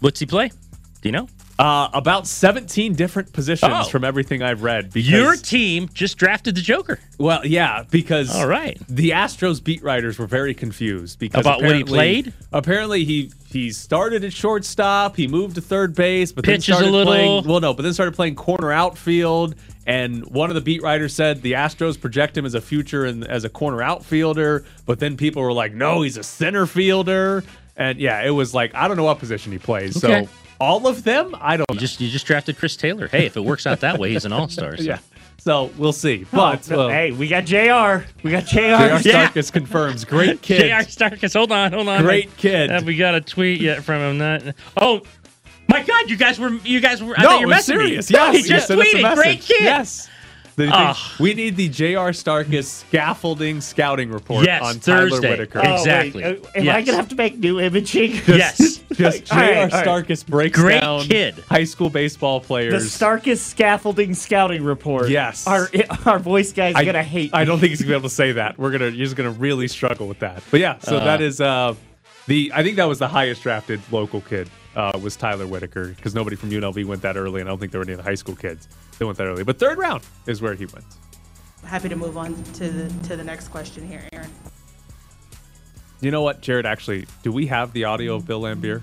C: What's he play? Do you know?
E: Uh, about 17 different positions
C: Oh.
E: from everything I've read. Because,
C: Your team just drafted the Joker.
E: Well, yeah, because
C: All right.
E: the Astros beat writers were very confused because
C: About what he
E: apparently-
C: played?
E: Apparently, he he started at shortstop, he moved to third base, but
C: Pitches a
E: then started
C: little.
E: playing. Well, no, but then started playing corner outfield. And one of the beat writers said the Astros project him as a future and as a corner outfielder, but then people were like, "No, he's a center fielder." And yeah, it was like I don't know what position he plays.
C: Okay.
E: So all of them, I don't.
C: You just you just drafted Chris Taylor. Hey, if it works out that way, he's an all star. So.
E: Yeah. So we'll see. But
F: Oh, no.
E: uh,
F: hey, we got JR. We got JR.
E: JR Starkus confirms. Great kid.
C: J.R. Starkus, hold on, hold on.
E: Great kid.
C: Uh, we got a tweet yet from him. Not. Oh, my God! You guys were. You guys were. I thought you were
E: it's
C: messing
E: serious.
C: Me.
E: Yes,
C: he just
E: sent us a
C: tweeted.
E: message.
C: Great kid.
E: Yes. Do you think-
C: Ugh.
E: we need the J.R. Starkus scaffolding scouting report
C: Yes,
E: on Tyler
C: Thursday.
E: Whitaker.
C: Oh, wait, Exactly.
F: Uh, am I
C: Yes.
F: gonna have to make new imaging?
C: Yes.
E: Just
F: All right,
E: J.R.
F: all right.
E: Starkus breaks
C: Great
E: down
C: kid.
E: high school baseball
F: The
E: players.
F: Starkist scaffolding scouting report.
E: Yes.
F: Our our voice guy's
E: I,
F: gonna hate.
E: I
F: me.
E: don't think he's gonna be able to say that. We're gonna you're just gonna really struggle with that. But yeah, so
C: Uh.
E: that is uh the I think that was the highest drafted local kid uh was Tyler Whitaker because nobody from UNLV went that early, and I don't think there were any of the high school kids that went that early. But third round is where he went.
M: Happy to move on to the, to the next question here, Aaron.
E: You know what, Jared? Actually, do we have the audio of Bill Lambier?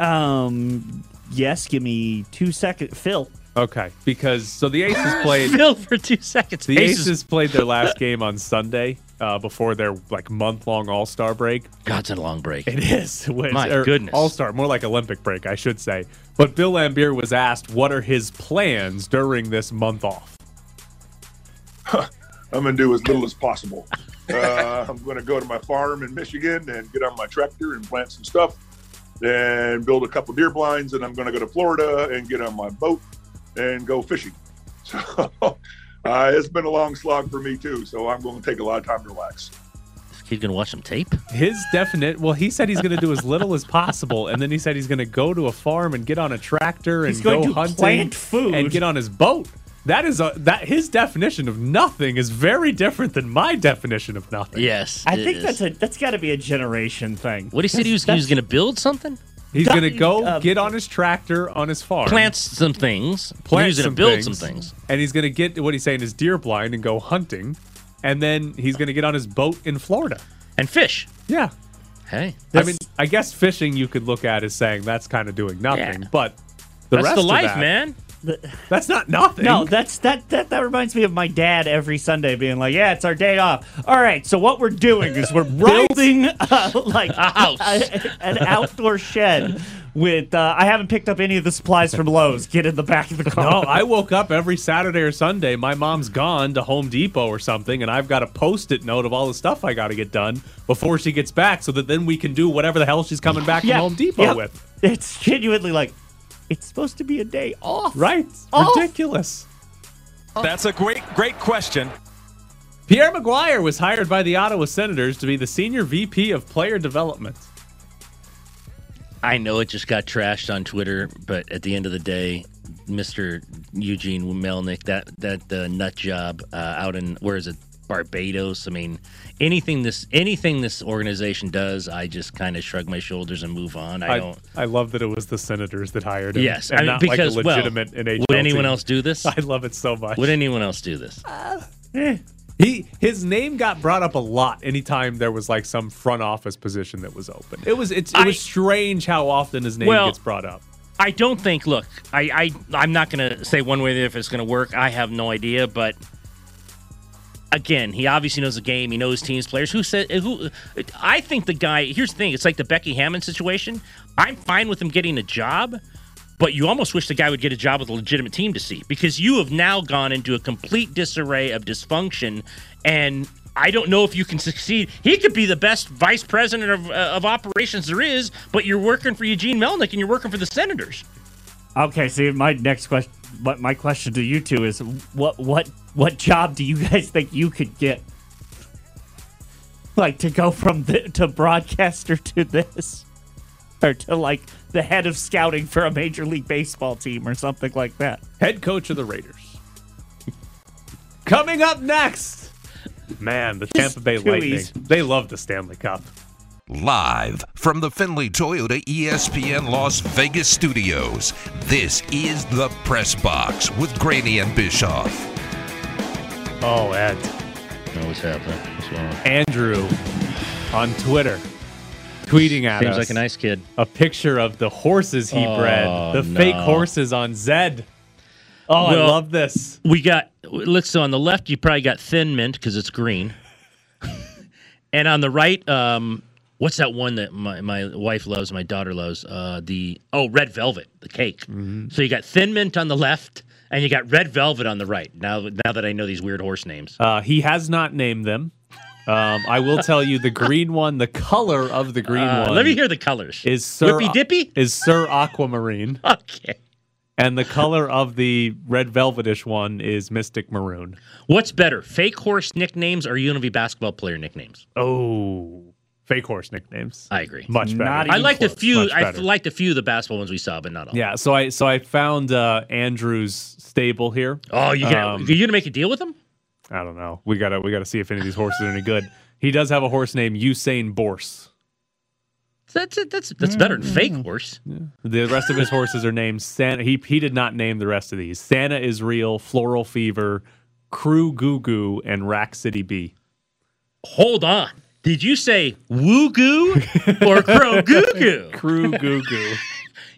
F: Um. Yes. Give me two seconds, Phil.
E: Okay, because so the Aces played
C: Phil for two seconds.
E: the
C: Aces-
E: Aces, played their last game on Sunday uh, before their like month long All Star break.
C: God's a long break.
E: It is
C: My goodness.
E: All Star, more like Olympic break, I should say. But Bill Lambier was asked, "What are his plans during this month off?"
L: I'm going to do as little as possible. Uh, I'm going to go to my farm in Michigan and get on my tractor and plant some stuff and build a couple deer blinds. And I'm going to go to Florida and get on my boat and go fishing. So uh, it's been a long slog for me, too. So I'm going to take a lot of time to relax.
C: This kid gonna watch some tape.
E: His definite. Well, he said he's going to do as little as possible, and then he said he's going to go to a farm and get on a tractor and
F: He's going
E: go
F: to
E: hunting
F: plant food.
E: and get on his boat. That is a that his definition of nothing is very different than my definition of nothing.
C: Yes.
F: I
C: it
F: think
C: is.
F: that's a that's got to be a generation thing.
C: What he said he was, he was gonna build something,
E: He's going to go
F: Uh,
E: get on his tractor on his farm,
C: plant some things,
E: plant
C: he was gonna
E: some
C: build
E: things,
C: some things.
E: and he's going to get what he's saying is deer blind and go hunting, and then he's going to get on his boat in Florida.
C: and fish.
E: Yeah.
C: Hey,
E: I mean, I guess fishing you could look at as saying that's kind of doing nothing,
C: Yeah.
E: but the
C: that's
E: rest
C: the
E: of
C: life,
E: that-
C: man.
E: That's not nothing.
F: No, that's that, that that reminds me of my dad every Sunday being like, "Yeah, it's our day off. All right, so what we're doing is we're building uh, like a
C: house.
F: an outdoor shed with. Uh, I haven't picked up any of the supplies from Lowe's. Get in the back of the car.
E: No, I woke up every Saturday or Sunday. My mom's gone to Home Depot or something, and I've got a post it note of all the stuff I got to get done before she gets back so that then we can do whatever the hell she's coming back
F: Yeah,
E: from Home Depot
F: yeah.
E: with.
F: It's genuinely like it's supposed to be a day off.
E: Right?
F: Oh.
E: Ridiculous.
H: That's a great, great question.
E: Pierre McGuire was hired by the Ottawa Senators to be the senior VP of player development.
C: I know it just got trashed on Twitter, but at the end of the day, Mr. Eugene Melnick, that that uh, nut job uh, out in where is it, Barbados? I mean, anything this anything this organization does, I just kind of shrug my shoulders and move on. I, don't.
E: I love that it was the Senators that hired him.
C: Yes,
E: and
C: I mean,
E: not
C: because
E: like a
C: well,
E: legitimate NHL
C: would anyone
E: team.
C: else do this?
E: I love it so much.
C: Would anyone else do this?
E: He his name got brought up a lot anytime there was like some front office position that was open. It was it's, it
C: I-
E: was strange how often his name
C: Well-
E: gets brought up.
C: I don't think. Look, I, I I'm not going to say one way or the other if it's going to work. I have no idea, but again, he obviously knows the game. He knows teams, players. Who said? Who? I think the guy. Here's the thing. It's like the Becky Hammond situation. I'm fine with him getting a job, but you almost wish the guy would get a job with a legitimate team to see because you have now gone into a complete disarray of dysfunction and. I don't know if you can succeed. He could be the best vice president of, uh, of operations there is, but you're working for Eugene Melnick and you're working for the Senators.
F: Okay, see, my next question, but my question to you two is, what what what job do you guys think you could get? Like to go from the, to broadcaster to this, or to like the head of scouting for a major league baseball team or something like that.
E: Head coach of the Raiders. Coming up next, man, the Tampa Bay
D: too
E: Lightning.
D: easy.
E: They love the Stanley Cup.
D: Live from the Finley Toyota E ESPN Las Vegas studios, this is the Press Box with Graney and Bischoff.
E: Oh, Ed.
C: What's happening? What's going on?
E: Andrew on Twitter tweeting at
C: Seems
E: us.
C: like a nice kid.
E: A picture of the horses he
C: Oh,
E: bred, the fake
C: no.
E: horses on Zed. Oh, I
C: Well,
E: love this.
C: We got looks so on the left. You probably got thin mint because it's green, and on the right, um, what's that one that my, my wife loves, my daughter loves? Uh, the oh, red velvet, the cake. So you got thin mint on the left, and you got red velvet on the right. Now, now that I know these weird horse names,
E: Uh, he has not named them. Um, I will tell you the green one, the color of the green
C: Uh,
E: one.
C: let me hear the colors.
E: Is Sir
C: Whippy Dippy?
E: Is Sir Aquamarine?
C: okay.
E: And the color of the red velvetish one is Mystic Maroon.
C: What's better, fake horse nicknames or UNLV basketball player nicknames?
E: Oh, fake horse nicknames.
C: I agree.
E: Much better.
C: I liked a few.
E: Much
C: I
E: better.
C: liked a few of the basketball ones we saw, but not all.
E: Yeah, so I so I found uh, Andrew's stable here.
C: Oh, you gonna-
E: Um,
C: you gonna make a deal with him?
E: I don't know. We gotta we gotta see if any of these horses are any good. He does have a horse named Usain Borse.
C: That's it. That's that's better than fake horse.
E: The rest of his horses are named Santa. He he did not name the rest of these. Santa is real, Floral Fever, Crew Goo Goo, and Rack City B.
C: Hold on. Did you say woo goo or crow goo goo?
E: Crew Goo Goo.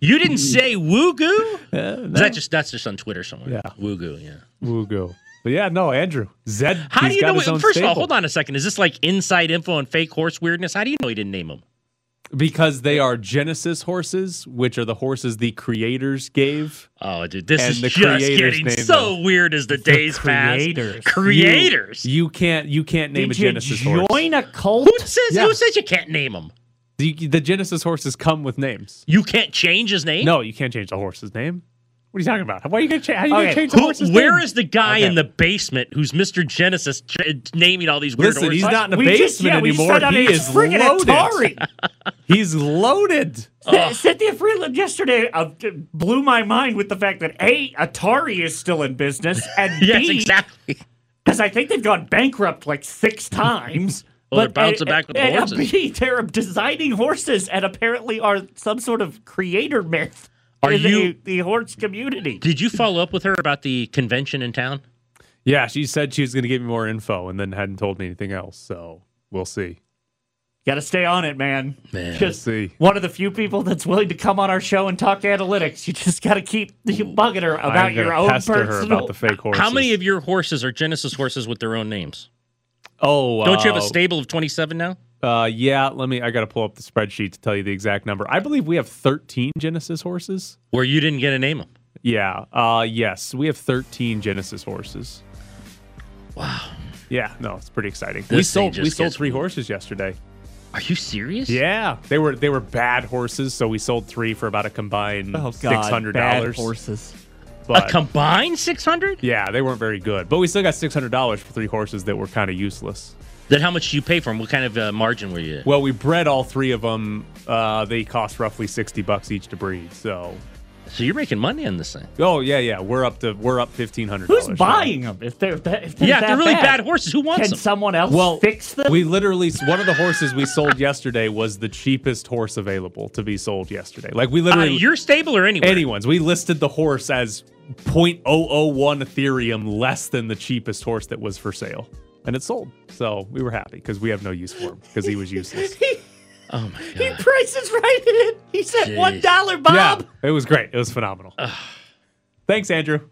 C: You didn't say woo goo.
E: Mm. Uh, no.
C: That just that's just on Twitter somewhere.
E: Yeah.
C: woo goo. Yeah.
E: Woo Goo. But yeah, no, Andrew. Zed.
C: How
E: he's
C: do you
E: got
C: know?
E: His own
C: First of all,
E: stable.
C: hold on a second. Is this like inside info and fake horse weirdness? How do you know he didn't name him?
E: Because they are Genesis horses, which are the horses the creators gave.
C: Oh, dude, This
E: and
C: is
E: the
C: just
E: creators
C: getting
E: named
C: so
E: them.
C: weird as the days pass.
E: creators.
C: Creators.
E: You, you can't. You can't name
C: Did
E: a
C: you
E: Genesis horse.
C: join
F: a cult?
C: Who says who says you can't name him?
E: The, the Genesis horses come with names.
C: You can't change his name.
E: No, you can't change the horse's name. What are you talking about? Why are you gonna change? How are you
C: Okay.
E: gonna change the
C: Who-
E: horse's name?
C: Where is the guy in the basement who's Mr. Genesis ch- naming all these weird
E: Listen, he's
C: horses?
E: not in the basement anymore. he is loaded. he's loaded.
C: Uh,
F: Cy- Cynthia Freeland yesterday uh, d- blew my mind with the fact that A, Atari is still in business, and
C: Yes,
F: B,
C: exactly.
F: Because I think they've gone bankrupt like six times.
C: Well, they're
F: But-
C: bouncing
F: and-
C: back with the
F: and, uh,
C: horses.
F: B, they're designing horses and apparently are some sort of creator myth
C: Are
F: in
C: you-
F: the, the horse community.
C: Did you follow up with her about the convention in town?
E: Yeah, she said she was gonna give me more info, and then hadn't told me anything else. So we'll see.
F: Got to stay on it, man.
E: Man.
F: just
E: We'll see.
F: one of the few people that's willing to come on our show and talk analytics. You just got to keep bugging her about
E: I'm gonna
F: your own
E: pester
F: personal.
E: her about the fake horses.
C: How many of your horses are Genesis horses with their own names?
E: Oh,
C: Don't you have a
E: uh,
C: stable of 27 now?
E: Uh, yeah, let me. I got to pull up the spreadsheet to tell you the exact number. I believe we have 13 Genesis horses.
C: Where you didn't get a name them.
E: Yeah. Uh, yes, we have 13 Genesis horses. Wow. Yeah. No, it's pretty exciting. we
C: This thing
E: sold. We
C: just
E: sold
C: gets
E: three horses yesterday.
C: Are you serious?
E: Yeah, they were they were bad horses, so we sold three for about a combined
F: Oh, God,
E: six hundred
F: bad
E: dollars.
F: horses.
E: But,
C: a combined 600?
E: yeah, they weren't very good, but we still got six hundred dollars for three horses that were kind of useless.
C: Then how much do you pay for them? What kind of uh, margin were you at?
E: Well, we bred all three of them. Uh, they cost roughly sixty bucks each to breed. So,
C: so you're making money on this thing.
E: Oh yeah, yeah. We're up to we're up fifteen hundred.
F: Who's buying them? If they're, that, if they're
C: Yeah, if
F: that
C: they're really
F: bad,
C: bad horses, who wants
F: Can
C: them?
F: someone else
E: Well,
F: fix them?
E: we literally one of the horses we sold yesterday was the cheapest horse available to be sold yesterday. Like we
C: Uh,
E: literally
C: your stable or anywhere?
E: anyone's. We listed the horse as 0.001 Ethereum less than the cheapest horse that was for sale, and it sold. So we were happy because we have no use for him because he was useless.
C: Oh my
F: He prices right in. He said
E: Jeez.
F: one dollar,
E: Yeah,
F: Bob.
E: it was great. It was phenomenal. Thanks, Andrew.